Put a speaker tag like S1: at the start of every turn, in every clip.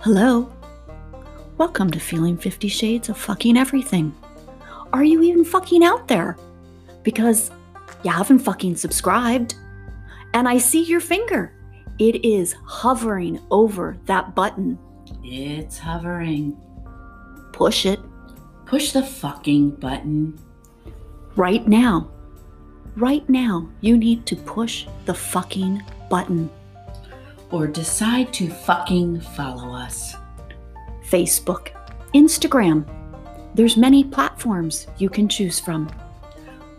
S1: Hello? Welcome to Feeling 50 Shades of Fucking Everything. Are you even fucking out there? Because you haven't fucking subscribed. And I see your finger. It is hovering over that button.
S2: It's hovering.
S1: Push it
S2: Push the fucking button.
S1: right now. Right now, you need to push the fucking button.
S2: Or decide to fucking follow us.
S1: Facebook, Instagram. There's many platforms you can choose from.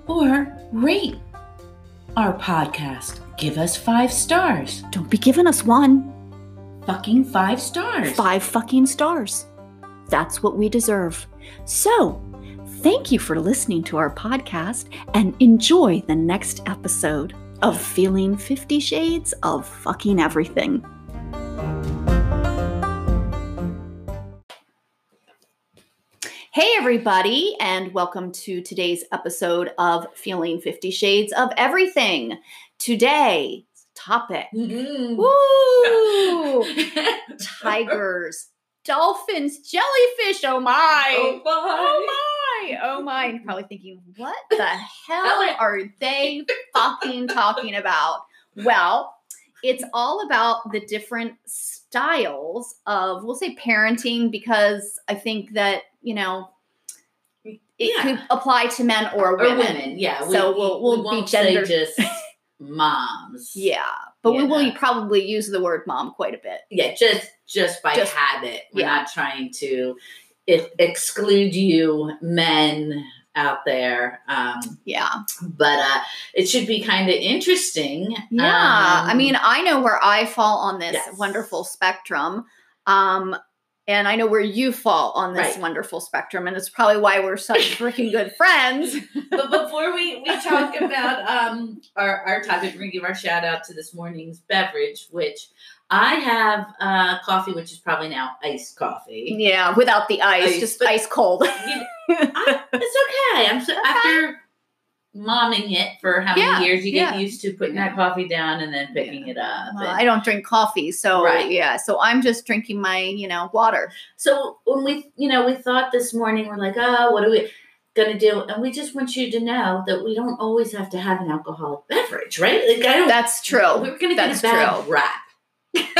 S2: Or rate our podcast. Give us five stars.
S1: Don't be giving us one.
S2: Fucking five stars.
S1: Five fucking stars. That's what we deserve. So, thank you for listening to our podcast and enjoy the next episode of Feeling 50 Shades of Fucking Everything. Hey, everybody, and welcome to today's episode of Feeling 50 Shades of Everything. Today's topic. Oh,
S2: Mm-mm.
S1: Woo!
S2: Oh,
S1: tigers, dolphins, jellyfish. Oh my.
S2: my.
S1: Oh my. Oh my. And you're probably thinking, what the hell are they fucking talking about? Well, it's all about the different styles of, we'll say parenting, because I think that, you know, it
S2: Yeah.
S1: could apply to men or
S2: Or
S1: women.
S2: women. yeah.
S1: So we'll- we'll be
S2: won't
S1: gender-
S2: say just moms.
S1: Yeah. But we will
S2: Yeah.
S1: probably use the word mom quite a bit.
S2: Yeah, just just by
S1: Just-
S2: habit. We're
S1: yeah.
S2: not trying to e- exclude you men out there. Um,
S1: Yeah.
S2: but uh, it should be kind of interesting.
S1: Yeah. I
S2: Um,
S1: mean, I know where I fall on this
S2: Yes.
S1: wonderful spectrum. Um, and I know where you fall on this
S2: Right.
S1: wonderful spectrum. And it's probably why we're such freaking good friends.
S2: but before we, we talk about um, our, our topic, we're going to give our shout out to this morning's beverage, which I have uh, coffee, which is probably now iced coffee.
S1: Yeah. Without the ice,
S2: Ice,
S1: just
S2: but-
S1: ice cold. Uh,
S2: You- I- it's okay. I'm so, after momming it for how
S1: Yeah,
S2: many years you get
S1: yeah.
S2: used to putting that coffee down and then picking it up.
S1: Well,
S2: and-
S1: I don't drink coffee. So,
S2: Right.
S1: yeah. So I'm just drinking my, you know, water.
S2: So when we, you know, we thought this morning, we're like, oh, what are we going to do? And we just want you to know that we don't always have to have an alcoholic beverage, right? Like, I don't.
S1: That's true.
S2: We're going to get
S1: That's
S2: a bad rap.
S1: But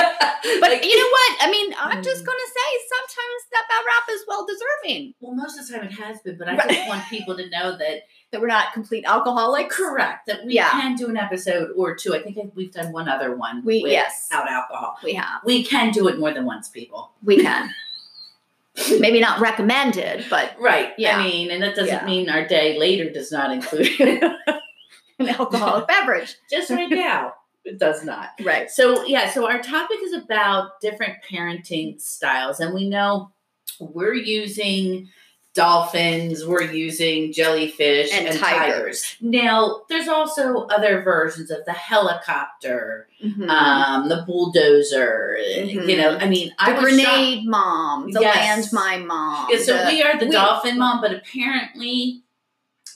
S2: but
S1: you know what? I mean, I'm just
S2: Mm.
S1: going to say sometimes that bad rap is well deserving
S2: well, most of the time it has been, but I
S1: Right.
S2: just want people to know that
S1: that we're not complete alcoholics.
S2: correct that we
S1: Yeah.
S2: can do an episode or two. I think we've done one other one.
S1: We-
S2: without
S1: yes.
S2: alcohol.
S1: We have.
S2: We can do it more than once, people.
S1: we can. Maybe not recommended, but
S2: Right.
S1: Yeah.
S2: I mean, and that doesn't
S1: Yeah.
S2: mean our day later does not include it.
S1: an alcoholic beverage.
S2: just right now. It does not.
S1: Right.
S2: So, yeah, so our topic is about different parenting styles. And we know we're using dolphins, we're using jellyfish,
S1: And
S2: and,
S1: tigers.
S2: tigers. Now, there's also other versions of the helicopter,
S1: Mm-hmm.
S2: um, the bulldozer. You know, I mean,
S1: the
S2: I was shocked.
S1: grenade mom, the
S2: Yes.
S1: landmine mom.
S2: Yeah, so
S1: the-
S2: we are the
S1: we-
S2: dolphin mom, but apparently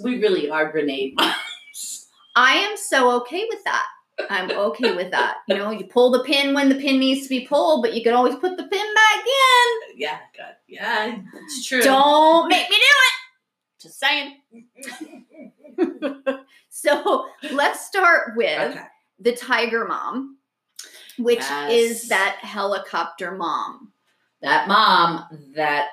S2: we really are grenade moms.
S1: I am so okay with that. I'm okay with that. You know, you pull the pin when the pin needs to be pulled, but you can always put the pin back in.
S2: yeah, God, yeah, it's true.
S1: Don't make me do it. Just saying. So let's start with
S2: okay.
S1: the tiger mom, which
S2: Yes.
S1: is that helicopter mom.
S2: That mom that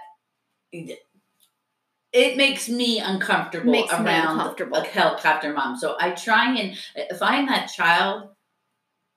S2: it makes me uncomfortable
S1: Makes me
S2: around
S1: uncomfortable.
S2: a helicopter mom. So I try and if I'm that child,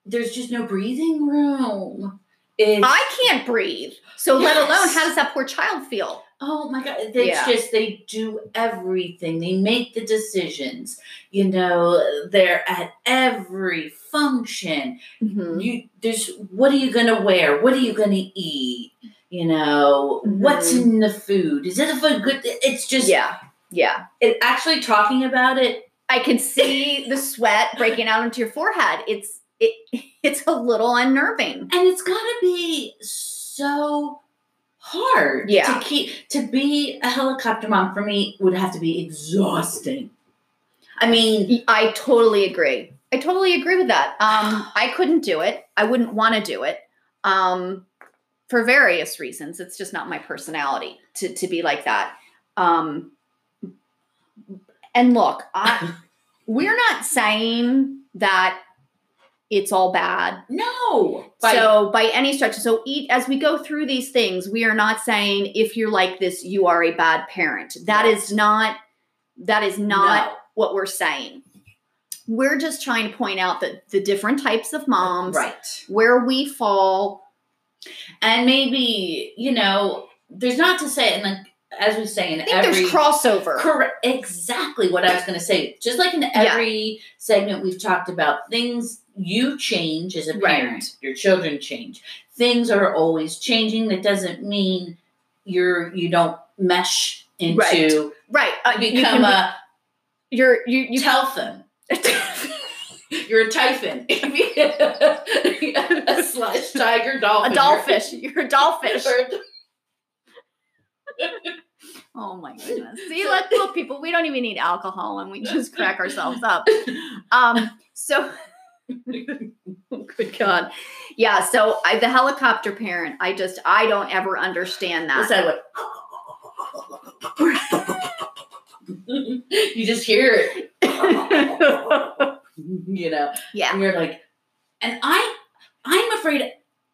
S2: there's just no breathing room. It's,
S1: I can't breathe. So let alone
S2: Yes.
S1: how does that poor child feel?
S2: Oh my god, it's
S1: Yeah.
S2: just they do everything. They make the decisions. You know, they're at every function. Mm-hmm.
S1: Mm-hmm.
S2: You there's what are you going to wear? What are you going to eat? You know, what's
S1: Mhm.
S2: in the food? Is it a food good? It's just
S1: Yeah. Yeah.
S2: it, actually talking about it.
S1: I can see the sweat breaking out into your forehead. It's it it's a little unnerving.
S2: And it's got to be so hard
S1: Yeah.
S2: to keep to be a helicopter mom for me would have to be exhausting. I mean,
S1: I totally agree. I totally agree with that. Um I couldn't do it. I wouldn't want to do it. Um for various reasons. It's just not my personality to, to be like that. Um, and look, I, we're not saying that it's all bad.
S2: No.
S1: so by any stretch, so eat as we go through these things, we are not saying if you're like this, you are a bad parent. That
S2: Right.
S1: is not that is not what we're saying. We're just trying to point out that the different types of
S2: no.
S1: moms,
S2: right.
S1: where we fall.
S2: And maybe, you know, there's not to say and like as we say in
S1: I think
S2: every
S1: there's crossover.
S2: Correct. Exactly what I was going to say. Just like in every segment we've talked about, things you change as a
S1: Right.
S2: parent, your children change. Things are always changing. That doesn't mean you're you don't mesh into
S1: Right. right. Uh,
S2: become
S1: you can be-
S2: a
S1: you're you you
S2: telfin. You're a typhon. a slush tiger dolphin.
S1: a dollfish. You're a dollfish.
S2: You're-
S1: Oh my goodness. See, like look, people, we don't even need alcohol and we just crack ourselves up. Um, so good God. Yeah, so I the helicopter parent, I just I don't ever understand that.
S2: Is that what? you just hear it. you know,
S1: yeah.
S2: and you're like, and I, I'm afraid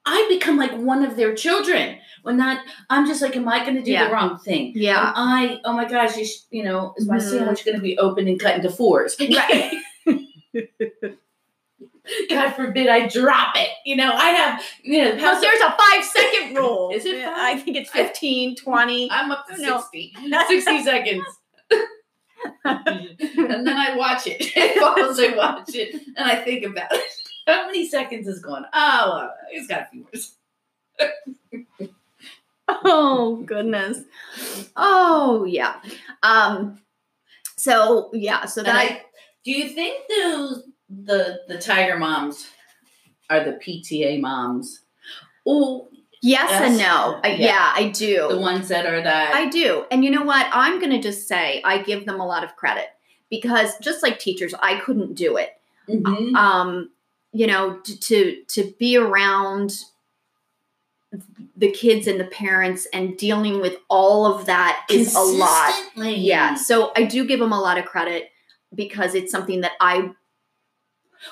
S2: I become like one of their children when that I'm just like, am I going to do
S1: Yeah.
S2: the wrong thing?
S1: Yeah.
S2: Am I, oh my gosh, you, sh- you know, is my
S1: Mhm.
S2: sandwich going to be open and cut into fours?
S1: Right.
S2: God forbid I drop it. You know, I have, you know,
S1: Well,
S2: how's
S1: there's a five second rule.
S2: Is it
S1: Yeah,
S2: five?
S1: I think it's 15, 20.
S2: I'm up to
S1: No.
S2: 60. 60 seconds. and then I watch it. It falls, I watch it, and I think about it. How many seconds is gone? Oh, it's got a few words.
S1: Oh goodness. Oh yeah. Um so yeah, so
S2: And
S1: that
S2: I, do you think those the the tiger moms are the PTA moms? Oh,
S1: yes, and
S2: Yes.
S1: no. I-
S2: Yeah.
S1: yeah. I do.
S2: the ones that are that.
S1: I do. And you know what? I'm going to just say I give them a lot of credit because just like teachers, I couldn't do it.
S2: Mhm.
S1: Um, you know, to to, to be around the kids and the parents and dealing with all of that is a lot.
S2: Consistently.
S1: Yeah. So I do give them a lot of credit because it's something that I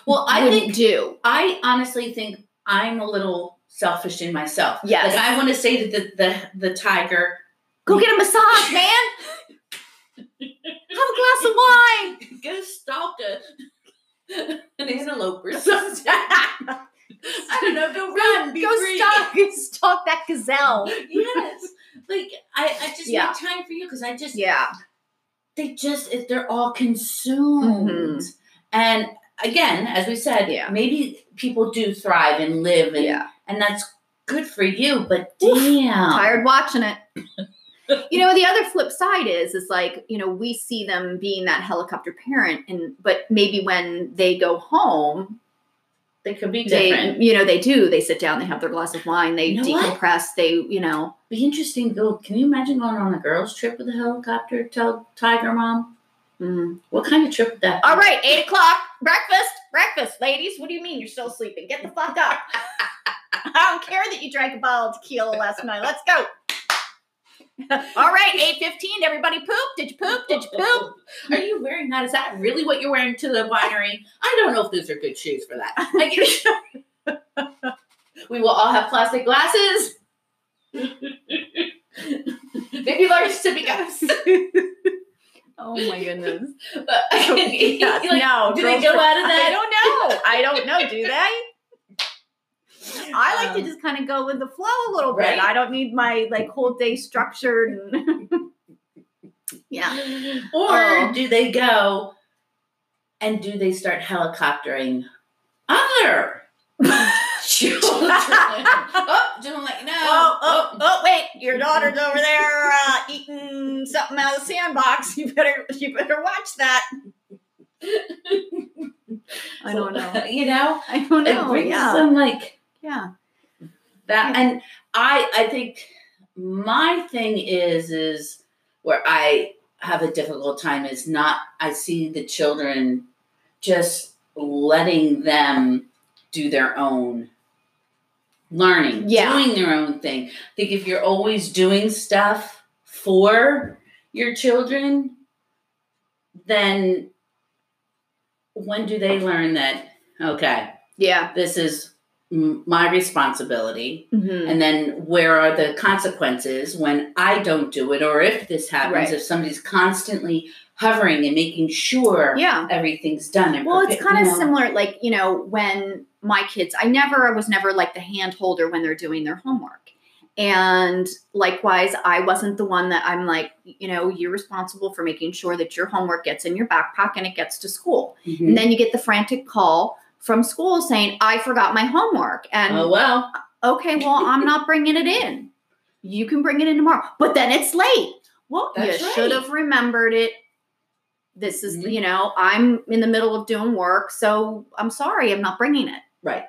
S2: Well, I
S1: wouldn't
S2: think
S1: do.
S2: I honestly think I'm a little selfish in myself.
S1: Yes.
S2: Like I want to say to the, the the tiger,
S1: Go get a massage, man. Have a glass of wine.
S2: go stalk a, an antelope or something. I don't know. Go run. Be
S1: Go
S2: free.
S1: stalk, stalk that gazelle.
S2: Yes. Like I, I just
S1: Yeah.
S2: make time for you because I just
S1: Yeah.
S2: they just it- they're all consumed. And again, as we said,
S1: Mm-hmm. Yeah.
S2: maybe people do thrive and live and
S1: Yeah.
S2: and that's good for you. But
S1: Oof.
S2: damn,
S1: tired watching it. you know, the other flip side is is like, you know, we see them being that helicopter parent and but maybe when they go home,
S2: They could be
S1: they
S2: different.
S1: you know, they do, they sit down, they have their glass of wine, they
S2: You know what?
S1: decompress, they, you know,
S2: be interesting though. Can you imagine going on a girls' trip with a helicopter? Tell Tiger Mom
S1: mm.
S2: what kind of trip would that? be?
S1: all right, eight o'clock, breakfast, breakfast, ladies. What do you mean you're still sleeping? Get the fuck up. I don't care that you drank a bottle of tequila last night. Let's go. All right, 8.15, everybody poop. Did you poop? Did you poop?
S2: Are you wearing that? Is that really what you're wearing to the winery? I don't know if those are good shoes for that. Like- we will all have plastic glasses. Maybe large sippy cups.
S1: Oh my goodness.
S2: But-
S1: Yes,
S2: like,
S1: no,
S2: do they
S1: girls
S2: go
S1: are-
S2: out of
S1: I
S2: that?
S1: don't know. I don't know. Do they? I like to
S2: Um,
S1: just kind of go with the flow a little bit.
S2: right?
S1: I don't need my like whole day structured. And yeah.
S2: Or
S1: Oh.
S2: do they go and do they start helicoptering other children? oh, just like no.
S1: Oh, oh, oh! Wait, your daughter's over there uh, eating something out of the sandbox. You better, you better watch that. I don't know.
S2: you know,
S1: I don't
S2: it
S1: know.
S2: brings
S1: Yeah,
S2: some like
S1: yeah.
S2: that
S1: Yeah.
S2: and i i think my thing is is where i have a difficult time is not i see the children just letting them do their own learning,
S1: Yeah.
S2: doing their own thing. I think if you're always doing stuff for your children, then when do they learn that, okay,
S1: Yeah.
S2: this is m- my responsibility?
S1: Mhm.
S2: And then where are the consequences when I don't do it? Or if this happens,
S1: Right.
S2: if somebody's constantly hovering and making sure
S1: Yeah.
S2: everything's done. and
S1: Well, it's
S2: prepared,
S1: kind of
S2: you know.
S1: similar, like, you know, when my kids, I never, I was never like the hand holder when they're doing their homework. And likewise, I wasn't the one that I'm like, you know, you're responsible for making sure that your homework gets in your backpack and it gets to school.
S2: Mhm.
S1: And then you get the frantic call from school saying, I forgot my homework. And
S2: Oh, well.
S1: okay, well, I'm not bringing it in. You can bring it in tomorrow, but then it's late. Well,
S2: That's
S1: you
S2: right.
S1: should have remembered it. This is,
S2: Mhm.
S1: you know, I'm in the middle of doing work, so I'm sorry, I'm not bringing it.
S2: Right.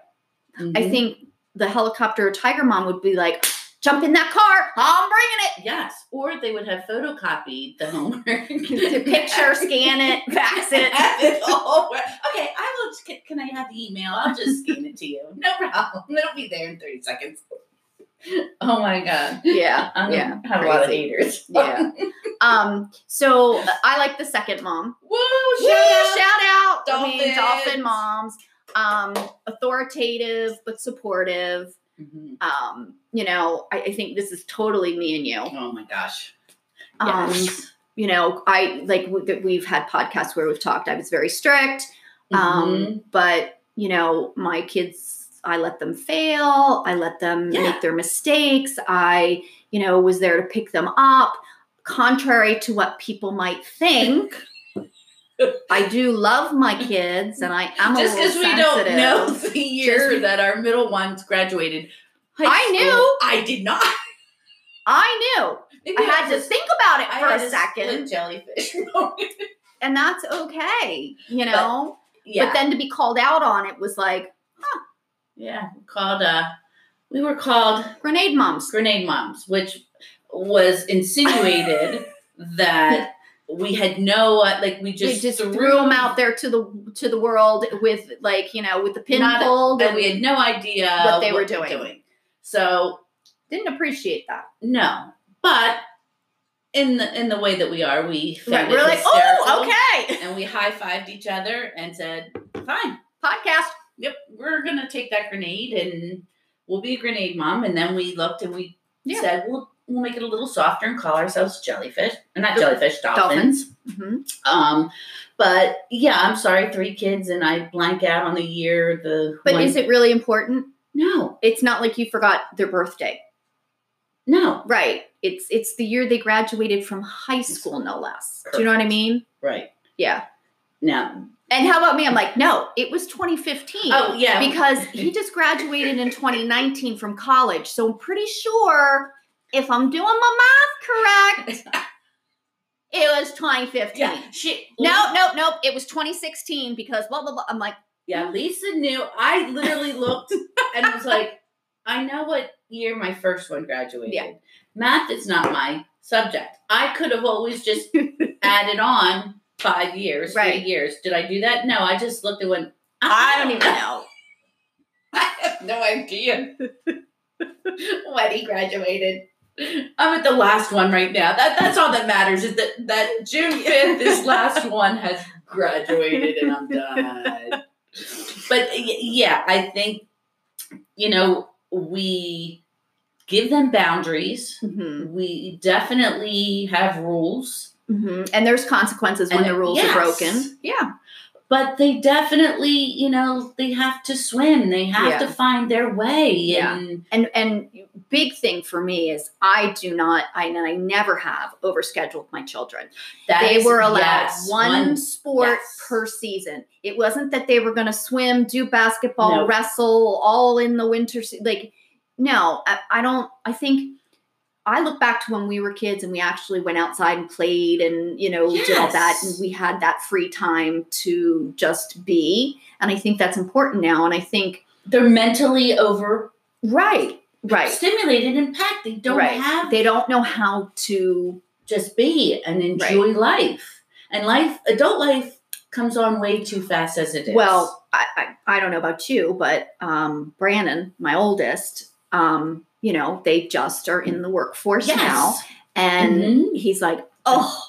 S2: Mm-hmm.
S1: I think the helicopter tiger mom would be like, jump in that car, I'm bringing it.
S2: Yes, or they would have photocopied the homework. the
S1: The picture, scan it, fax it.
S2: okay, I will. Just, can- can I have the email? I'll just scan it to you. No problem. It'll be there in thirty seconds. Oh my god.
S1: Yeah,
S2: I'm
S1: yeah,
S2: gonna have a lot of
S1: crazy.
S2: haters.
S1: yeah. Um, so I like the second mom.
S2: Woo!
S1: Woo,
S2: Shout out.
S1: shout out. I mean,
S2: Dolphins.
S1: dolphin moms. Um, authoritative but supportive.
S2: Mhm.
S1: Um, you know, I, I think this is totally me and you.
S2: Oh my gosh.
S1: Um,
S2: Yes.
S1: you know, I like w- that we've had podcasts where we've talked. I was very strict, um,
S2: Mhm.
S1: but you know, my kids, I let them fail. I let them
S2: Yeah.
S1: make their mistakes. I, you know, was there to pick them up. Contrary to what people might think, I do love my kids, and I am
S2: just
S1: a little
S2: because we don't
S1: sensitive.
S2: know the year
S1: Just-
S2: that our middle ones graduated. high
S1: I
S2: school,
S1: knew.
S2: I did not.
S1: I knew.
S2: Maybe
S1: I had to
S2: was-
S1: think about it
S2: I
S1: for
S2: had
S1: a
S2: a
S1: second,
S2: split jellyfish.
S1: and that's okay, you know.
S2: yeah.
S1: But then to be called out on it was like
S2: yeah. Called uh we were called
S1: grenade moms.
S2: grenade moms, which was insinuated that we had no uh, like we
S1: They
S2: just,
S1: just, threw them out there to the to the world with like you know with the pin
S2: Not-
S1: pulled
S2: and
S1: and
S2: we had no idea
S1: What they were doing.
S2: So
S1: didn't appreciate that.
S2: no. But in the in the way that we are, we
S1: Right,
S2: found
S1: we're
S2: it
S1: like,
S2: hysterical,
S1: oh, okay,
S2: and we high fived each other and said, Fine,
S1: podcast.
S2: yep, we're gonna take that grenade and we'll be a grenade mom. And then we looked and we
S1: Yeah.
S2: said, we'll we'll make it a little softer and call ourselves jellyfish, or not
S1: Dol-
S2: jellyfish, dolphins.
S1: Mhm.
S2: Um, but yeah, I'm sorry, three kids, and I blank out on the year. The
S1: But
S2: one-
S1: is it really important?
S2: no,
S1: It's not like you forgot their birthday,
S2: no,
S1: right? It's it's the year they graduated from high school, no less. Do you know what I mean?
S2: right
S1: Yeah.
S2: now.
S1: And how about me? I'm like, no, it was 2015.
S2: Oh yeah,
S1: because he just graduated in 2019 from college. So I'm pretty sure if I'm doing my math correct, it was 2015.
S2: yeah, she
S1: No, no, nope. It was 2016 because blah blah blah. I'm like,
S2: Yeah, Lisa knew. I literally looked and was like, I know what year my first one graduated.
S1: Yeah.
S2: Math is not my subject. I could have always just added on five years,
S1: Right.
S2: three years. Did I do that? No, I just looked and went, "Ah!"
S1: I don't even know.
S2: I have no idea when he graduated. I'm at the last one right now. That that's all that matters is that that June 5th, this last one has graduated and I'm done. But y- yeah, I think you know we give them boundaries.
S1: hmm
S2: We definitely have rules,
S1: hmm And there's consequences when
S2: And-
S1: the rules
S2: yes.
S1: are broken. Yeah.
S2: but they definitely, you know, they have to swim. They have
S1: Yeah.
S2: to find their way.
S1: Yeah.
S2: And
S1: And and big thing for me is I do not. I and I never have overscheduled my children.
S2: that
S1: they
S2: is-
S1: were allowed
S2: yes,
S1: one, sport
S2: yes.
S1: per season. It wasn't that they were going to swim, do basketball,
S2: No.
S1: wrestle all in the winter. se- Like, no, I, I don't. I think I look back to when we were kids and we actually went outside and played and, you know, did all that.
S2: Yes.
S1: And we had that free time to just be. And I think that's important now. And I think,
S2: they're mentally over
S1: right, right,
S2: stimulated and packed. They don't
S1: right.
S2: have
S1: they don't know how to,
S2: just be and enjoy life. And life, adult life, comes on way too fast as it is.
S1: Well, I, I, I don't know about you, but um, Brandon, my oldest, um, you know, they just are in the workforce now.
S2: Yes.
S1: And
S2: Mhm.
S1: he's like, oh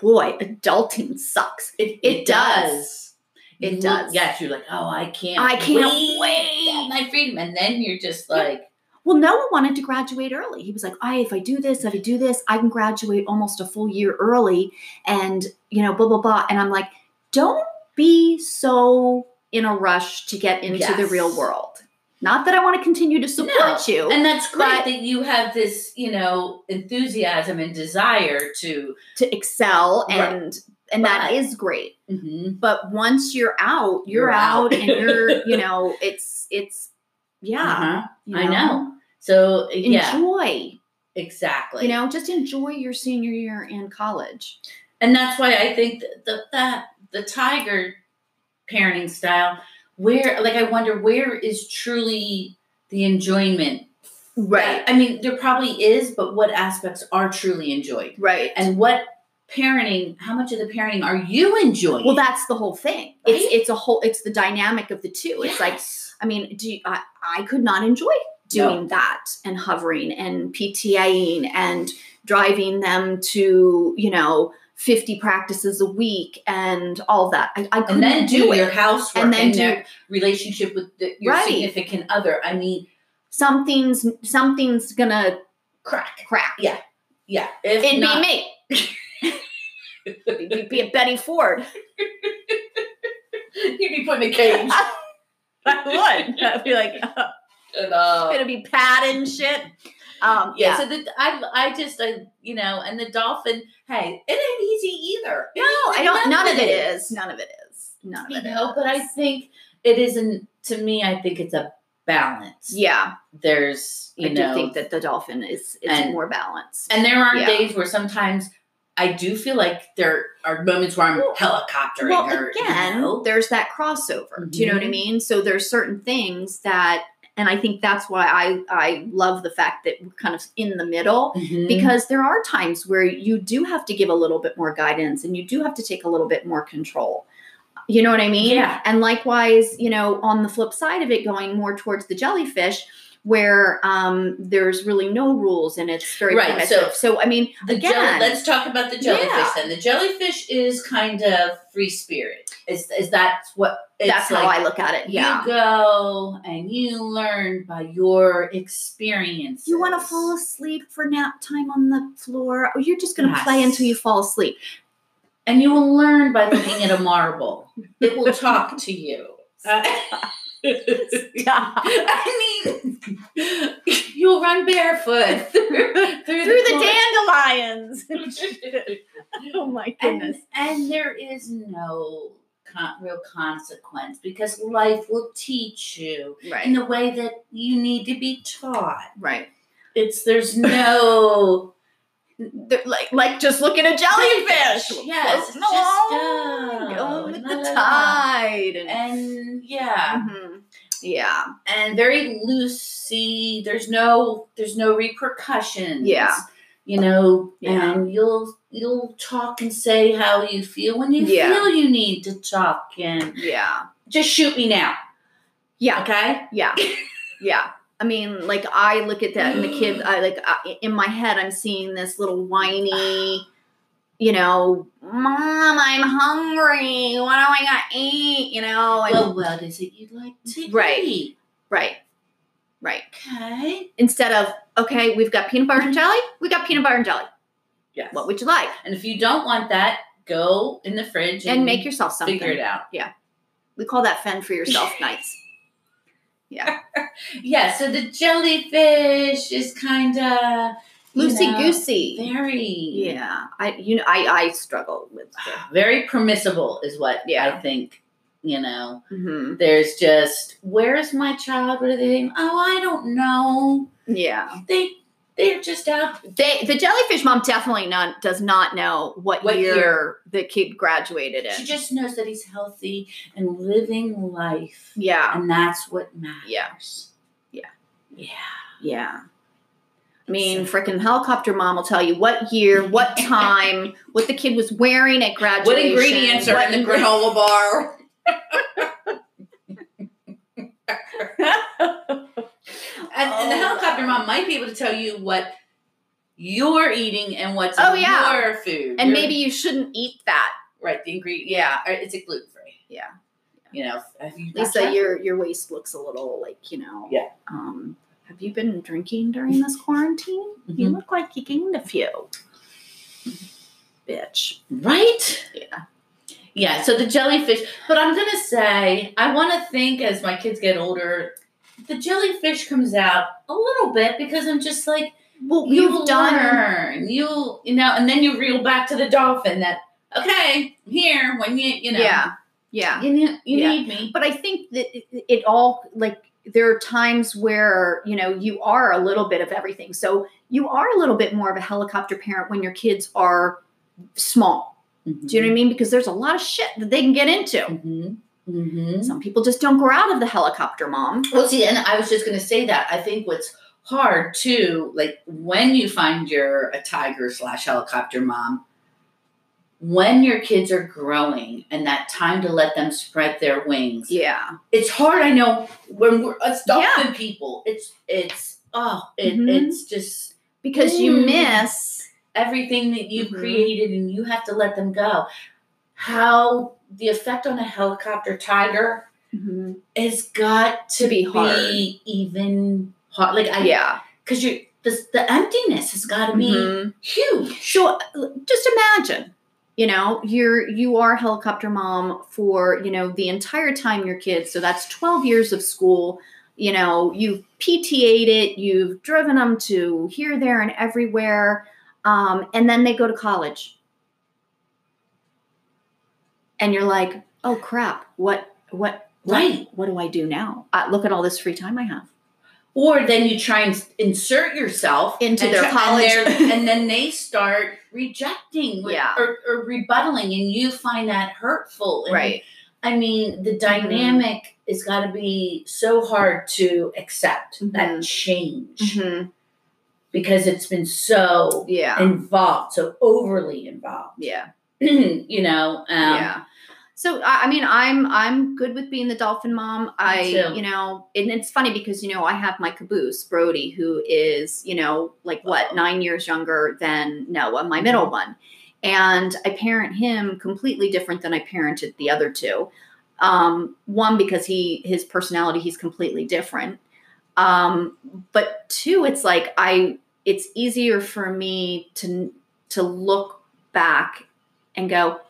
S1: boy, adulting sucks.
S2: It,
S1: it does. It
S2: You look-
S1: does.
S2: Mm-hmm. Yes, you're like, oh, I can't.
S1: I can't
S2: to have
S1: wait.
S2: my freedom, and then you're just
S1: Yeah.
S2: like,
S1: Well, Noah wanted to graduate early. He was like, I, if I do this, if I do this, I can graduate almost a full year early and, you know, blah, blah, blah. And I'm like, don't be so in a rush to get into the
S2: Yes.
S1: real world. Not that I want to continue to support you.
S2: and that's great
S1: But-
S2: that you have this, you know, enthusiasm and desire to.
S1: to excel
S2: Right.
S1: and and that
S2: Right.
S1: is great
S2: Mhm.
S1: but once you're out you're,
S2: You're
S1: out
S2: out.
S1: and you're you know it's it's yeah
S2: Uh-huh.
S1: Mm-hmm. you
S2: I know. So yeah,
S1: enjoy
S2: exactly.
S1: you know just enjoy your senior year in college
S2: and that's why I think that the, that the tiger parenting style, where like I wonder where is truly the enjoyment. I mean, there probably is, but what aspects are truly enjoyed?
S1: right
S2: and what parenting how much of the parenting are you enjoying
S1: well that's the whole thing it's
S2: Right?
S1: it's a whole it's the dynamic of the two it's like
S2: Yes.
S1: i mean do you, I, I could not enjoy doing that and hovering and ptaing and driving them to you know 50 practices a week and all that i, I couldn't
S2: and then do
S1: do it
S2: your housework
S1: and
S2: and
S1: then do
S2: their relationship with the, your
S1: Right.
S2: significant other i mean
S1: something's something's gonna
S2: crack
S1: crack
S2: yeah if
S1: it'd
S2: not-
S1: be me It'd be a Betty Ford.
S2: you'd be put in a cage
S1: I would. I'd be like, "Oh,
S2: And, uh,
S1: gonna be padding shit. Um,
S2: yeah, so the, I, I just, I, you know, and the dolphin. Hey, it ain't easy either.
S1: No, I don't. None of it
S2: Nothing.
S1: is. None of it is. None of
S2: You
S1: it
S2: know, but I
S1: is.
S2: think it isn't. To me, I think it's a balance.
S1: yeah,
S2: there's, you
S1: I
S2: know,
S1: do think that the dolphin is is
S2: and-
S1: more balanced.
S2: And there are
S1: Yeah.
S2: days where sometimes I do feel like there are moments where I'm
S1: Well-
S2: helicoptering
S1: well,
S2: her. you
S1: again,
S2: know?
S1: there's that crossover. Do you know what I
S2: Mhm.
S1: mean? So there's certain things that, and I think that's why I I love the fact that we're kind of in the middle
S2: Mm-hmm.
S1: because there are times where you do have to give a little bit more guidance and you do have to take a little bit more control. You know what I mean?
S2: Yeah.
S1: And likewise, you know, on the flip side of it, going more towards the jellyfish, where um, there's really no rules and it's very
S2: Right,
S1: primitive. So, I mean,
S2: The
S1: again,
S2: jell- let's talk about the jellyfish
S1: Yeah.
S2: then. The jellyfish is kind of free spirit. Is is that what it's
S1: that's how
S2: like
S1: I look at it. Yeah.
S2: You go and you learn by your experience.
S1: You want to fall asleep for nap time on the floor, or you're just going to play
S2: Yes.
S1: until you fall asleep.
S2: and you will learn by looking at a marble. It will talk to you. I mean, you'll run barefoot through,
S1: Through the
S2: forest.
S1: dandelions. oh my
S2: and,
S1: goodness.
S2: and there is no con- real consequence because life will teach you in
S1: right.
S2: the way that you need to be taught.
S1: Right.
S2: It's there's no
S1: They're like like just looking at jellyfish.
S2: Yes, it's
S1: no,
S2: just, oh,
S1: going with
S2: la,
S1: the
S2: la, la.
S1: tide and,
S2: and yeah
S1: Mhm. yeah,
S2: and very loosey. There's no there's no repercussions.
S1: Yeah.
S2: You know,
S1: Yeah.
S2: and you'll you'll talk and say how you feel when you
S1: Yeah.
S2: feel you need to talk and
S1: yeah,
S2: just shoot me now.
S1: yeah,
S2: Okay?
S1: yeah, yeah. I mean, like I look at that and the kid, I like I, in my head, I'm seeing this little whiny, you know, mom, I'm hungry. What am I gonna eat? You know, and
S2: Well, what is it you'd like to
S1: Right.
S2: eat?
S1: right, right.
S2: Okay.
S1: Instead of okay, we've got peanut butter and jelly. We got peanut butter and jelly.
S2: Yes.
S1: What would you like?
S2: and if you don't want that, go in the fridge and,
S1: And make yourself something.
S2: figure it out.
S1: We call that fend for yourself nights. Yeah.
S2: Yeah, so the jellyfish is kind of
S1: Loosey goosey.
S2: Very
S1: Yeah. I you know I I struggle with the-
S2: very permissible is what
S1: Yeah.
S2: I think. You know,
S1: Mhm.
S2: there's just where's my child? What are they? Doing? Oh, I don't know.
S1: Yeah.
S2: They they're just out.
S1: They the jellyfish mom definitely not does not know what,
S2: What
S1: year,
S2: year.
S1: the kid graduated in.
S2: She just knows that he's healthy and living life,
S1: yeah.
S2: and that's what matters.
S1: Yeah.
S2: yeah,
S1: Yeah. I mean, frickin' helicopter mom will tell you what year, what time, what the kid was wearing at graduation. what ingre-
S2: granola bar? and, and the
S1: Oh,
S2: Dr. Mom might be able to tell you what you're eating and what's
S1: Oh,
S2: in
S1: yeah.
S2: your food.
S1: and
S2: Your-
S1: maybe you shouldn't eat that.
S2: right the ingredient. Yeah, or it's a gluten free.
S1: Yeah.
S2: You know, have you
S1: Lisa, your your waist looks a little like you know.
S2: Yeah.
S1: Um, have you been drinking during this quarantine? You
S2: Mm-hmm.
S1: look like you gained a few.
S2: Mm-hmm.
S1: Bitch.
S2: Right?
S1: Yeah.
S2: Yeah, so the jellyfish, but I'm going to say, I want to think as my kids get older, the jellyfish comes out a little bit because I'm just like,
S1: Well,
S2: you
S1: you've
S2: learn.
S1: done.
S2: You, you know, and then you reel back to the dolphin that, okay, I'm here when you, you know,
S1: Yeah. Yeah.
S2: you, ne- you
S1: Yeah.
S2: need me.
S1: But I think that it, it all like there are times where you know you are a little bit of everything. So you are a little bit more of a helicopter parent when your kids are small. Do you know what I mean? Because there's a lot of shit that they can get into.
S2: Mm-hmm. Mm-hmm.
S1: Some people just don't grow out of the helicopter mom.
S2: Well, see, and I was just going to say that. I think what's hard too, like when you find you're a tiger slash helicopter mom, when your kids are growing and that time to let them spread their wings,
S1: Yeah.
S2: it's hard. I know when we're us dolphin people, it's it's oh, it,
S1: Mhm.
S2: it's just
S1: because you
S2: Mm.
S1: miss
S2: everything that you've
S1: Mhm.
S2: created, and you have to let them go. How the effect on a helicopter tiger has got to,
S1: To be hard.
S2: even hard. Like I
S1: yeah Mm-hmm.
S2: because you the, the emptiness has got to be huge.
S1: sure just imagine you know you're you are helicopter mom for you know the entire time your kids so that's 12 years of school you know you've pta'd it you've driven them to here there and everywhere um, and then they go to college and you're like oh crap what what
S2: Right.
S1: what do i do now uh, look at all this free time i have
S2: Or then you try and s- insert yourself
S1: Into
S2: and
S1: their
S2: try- and
S1: college.
S2: they're- and, then they start rejecting what-
S1: Yeah.
S2: or, or rebuttaling, and you find that hurtful. And, I mean,
S1: Mm-hmm.
S2: the dynamic has got to be so hard to accept
S1: Mm-hmm.
S2: that change
S1: Mhm.
S2: because it's been so
S1: yeah
S2: involved, so overly involved.
S1: yeah
S2: you know. Um,
S1: yeah so I, I mean i'm i'm good with being the dolphin mom i
S2: too.
S1: you know and it's funny because you know i have my caboose brody who is you know like what nine years younger than noah my middle one and i parent him completely different than i parented the other two um, one because he his personality he's completely different um, but two it's like i it's easier for me to to look back and go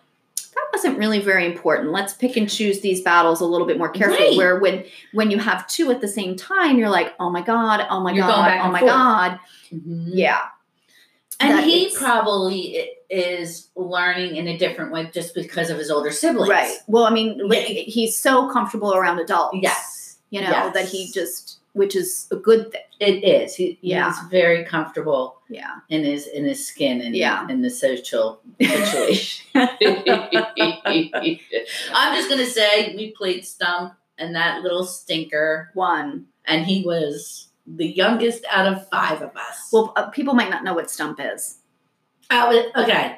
S1: that wasn't really very important let's pick and choose these battles a little bit more carefully
S2: Right.
S1: where when when you have two at the same time you're like oh my god oh my
S2: You're going
S1: god
S2: back
S1: oh
S2: and
S1: my
S2: forth.
S1: god
S2: Mhm.
S1: yeah
S2: And
S1: that
S2: he
S1: it's-
S2: probably i- is learning in a different way just because of his older siblings.
S1: right well i mean like,
S2: Yeah.
S1: he's so comfortable around adults
S2: Yes.
S1: you know
S2: Yes.
S1: that he just which is a good thing
S2: It is. He,
S1: Yeah.
S2: He's very comfortable
S1: yeah
S2: in his in his skin and
S1: Yeah.
S2: in the social situation. I'm just gonna say we played stump and that little stinker,
S1: one
S2: and he was the youngest out of five of us.
S1: well uh, people might not know what stump is
S2: I would, okay.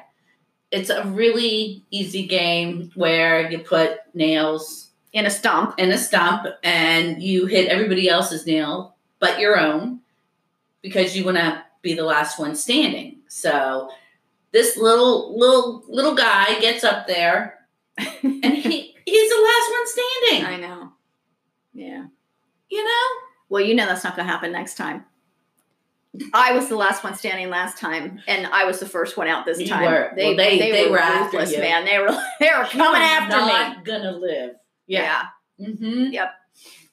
S2: It's a really easy game where you put nails
S1: in a stump
S2: and a stump and you hit everybody else's nail but your own because you want to be the last one standing. So this little little little guy gets up there and he he's the last one standing.
S1: I know. Yeah.
S2: You know?
S1: Well, you know that's not going to happen next time. I was the last one standing last time, and I was the first one out this
S2: You
S1: time.
S2: were. Well, they- they were after
S1: ruthless,
S2: you.
S1: man. They were they were coming
S2: He's
S1: after me.
S2: not gonna live. Yeah. Mhm.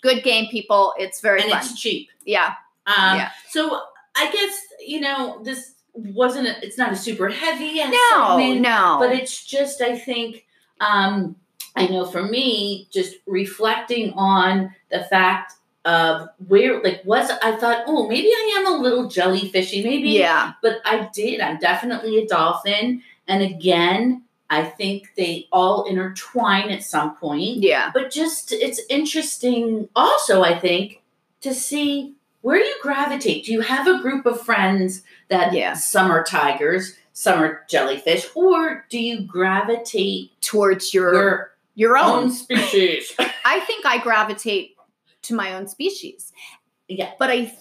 S1: Good game, people. It's very
S2: And
S1: fun.
S2: it's cheap.
S1: yeah.
S2: Um
S1: Yeah.
S2: so I guess you know this wasn't a, it's not a super heavy as
S1: No,
S2: segment.
S1: no.
S2: but it's just i think um i know for me just reflecting on the fact of where like was i thought oh maybe i am a little jellyfishy maybe
S1: yeah.
S2: but i did i'm definitely a dolphin and again i think they all intertwine at some point
S1: Yeah.
S2: but just it's interesting also i think to see where do you gravitate do you have a group of friends that
S1: Yeah.
S2: some are tigers some are jellyfish or do you gravitate
S1: Towards your your,
S2: your
S1: own.
S2: own species
S1: I think I gravitate to my own species.
S2: Yeah.
S1: But I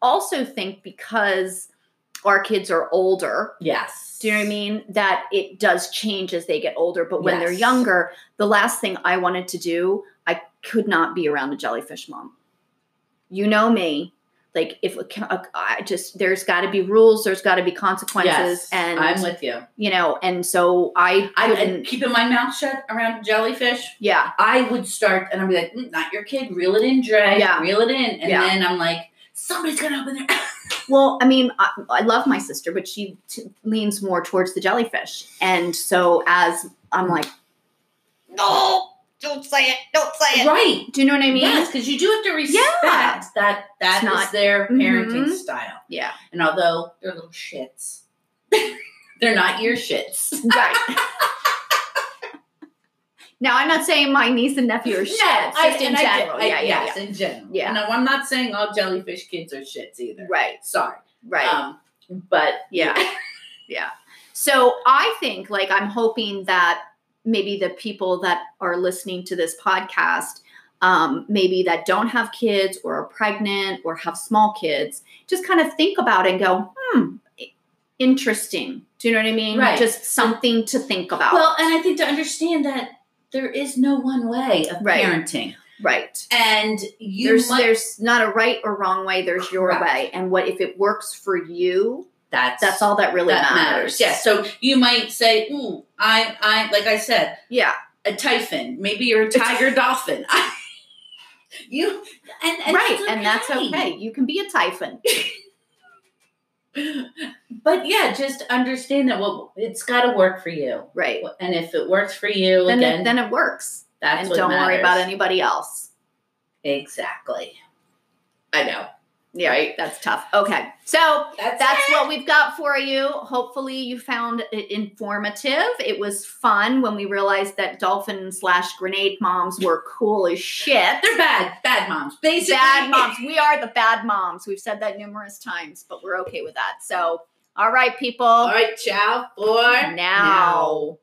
S1: also think because our kids are older,
S2: Yes.
S1: do you know what I mean? That it does change as they get older. But when they're
S2: Yes.
S1: younger, the last thing I wanted to do, I could not be around a jellyfish mom. You know me. Like if I just there's got to be rules, there's got to be consequences,
S2: Yes,
S1: and
S2: I'm with you.
S1: you know, and so I
S2: I,
S1: couldn't.
S2: I'm keeping my mouth shut around jellyfish.
S1: yeah,
S2: I would start and I'd be like, "Mm, not your kid, reel it in, Dre,
S1: Yeah.
S2: reel it in. And
S1: Yeah.
S2: then I'm like, somebody's gonna open their
S1: Well, I mean, I, I love my sister, but she t- leans more towards the jellyfish. And so, as I'm like, no, don't say it, don't say it.
S2: Right.
S1: Do you know what I mean?
S2: Yes, because you do have to respect
S1: Yeah.
S2: that that
S1: It's
S2: is
S1: not-
S2: their parenting
S1: Mhm.
S2: style.
S1: Yeah.
S2: And although they're little shits, they're not your shits.
S1: Right. now, I'm not saying my niece and nephew are shit. just in
S2: and I get-
S1: general.
S2: I-
S1: yeah, yeah,
S2: yes, in general.
S1: Yeah.
S2: No, I'm not saying all jellyfish kids are shits
S1: yeah.
S2: either.
S1: Right,
S2: Sorry.
S1: right.
S2: Um, but
S1: yeah. yeah. So, I think, like, I'm hoping that maybe the people that are listening to this podcast um, maybe that don't have kids or are pregnant or have small kids, just kind of think about it and go, hmm, i- interesting. Do you know what I mean?
S2: Right.
S1: Just something to think about.
S2: well, and I think to understand that there is no one way of
S1: Right.
S2: parenting.
S1: right.
S2: And you
S1: There's
S2: must-
S1: there's not a right or wrong way. There's your
S2: Correct.
S1: way, and what if it works for you?
S2: that's
S1: That's all that really
S2: that
S1: matters.
S2: Yeah. So you might say, ooh, I I like I said,
S1: Yeah.
S2: a typhon. Maybe you're a tiger dolphin. you and, and
S1: right.
S2: that's
S1: And that's okay. You can be a typhon.
S2: But yeah, just understand that well, it's got to work for you.
S1: Right.
S2: And if it works for you,
S1: Then
S2: again,
S1: it, then it works,
S2: that's
S1: and
S2: what
S1: don't worry about
S2: matters.
S1: anybody else.
S2: Exactly. I know.
S1: Yeah.
S2: Right.
S1: That's tough. Okay. So
S2: That's
S1: That's
S2: it.
S1: what we've got for you. Hopefully, you found it informative. It was fun when we realized that dolphin slash grenade moms were cool as shit.
S2: They're bad, bad moms. Basically,
S1: Bad moms. We are the bad moms. We've said that numerous times, but we're okay with that. So, all right, people.
S2: All right, ciao for
S1: now.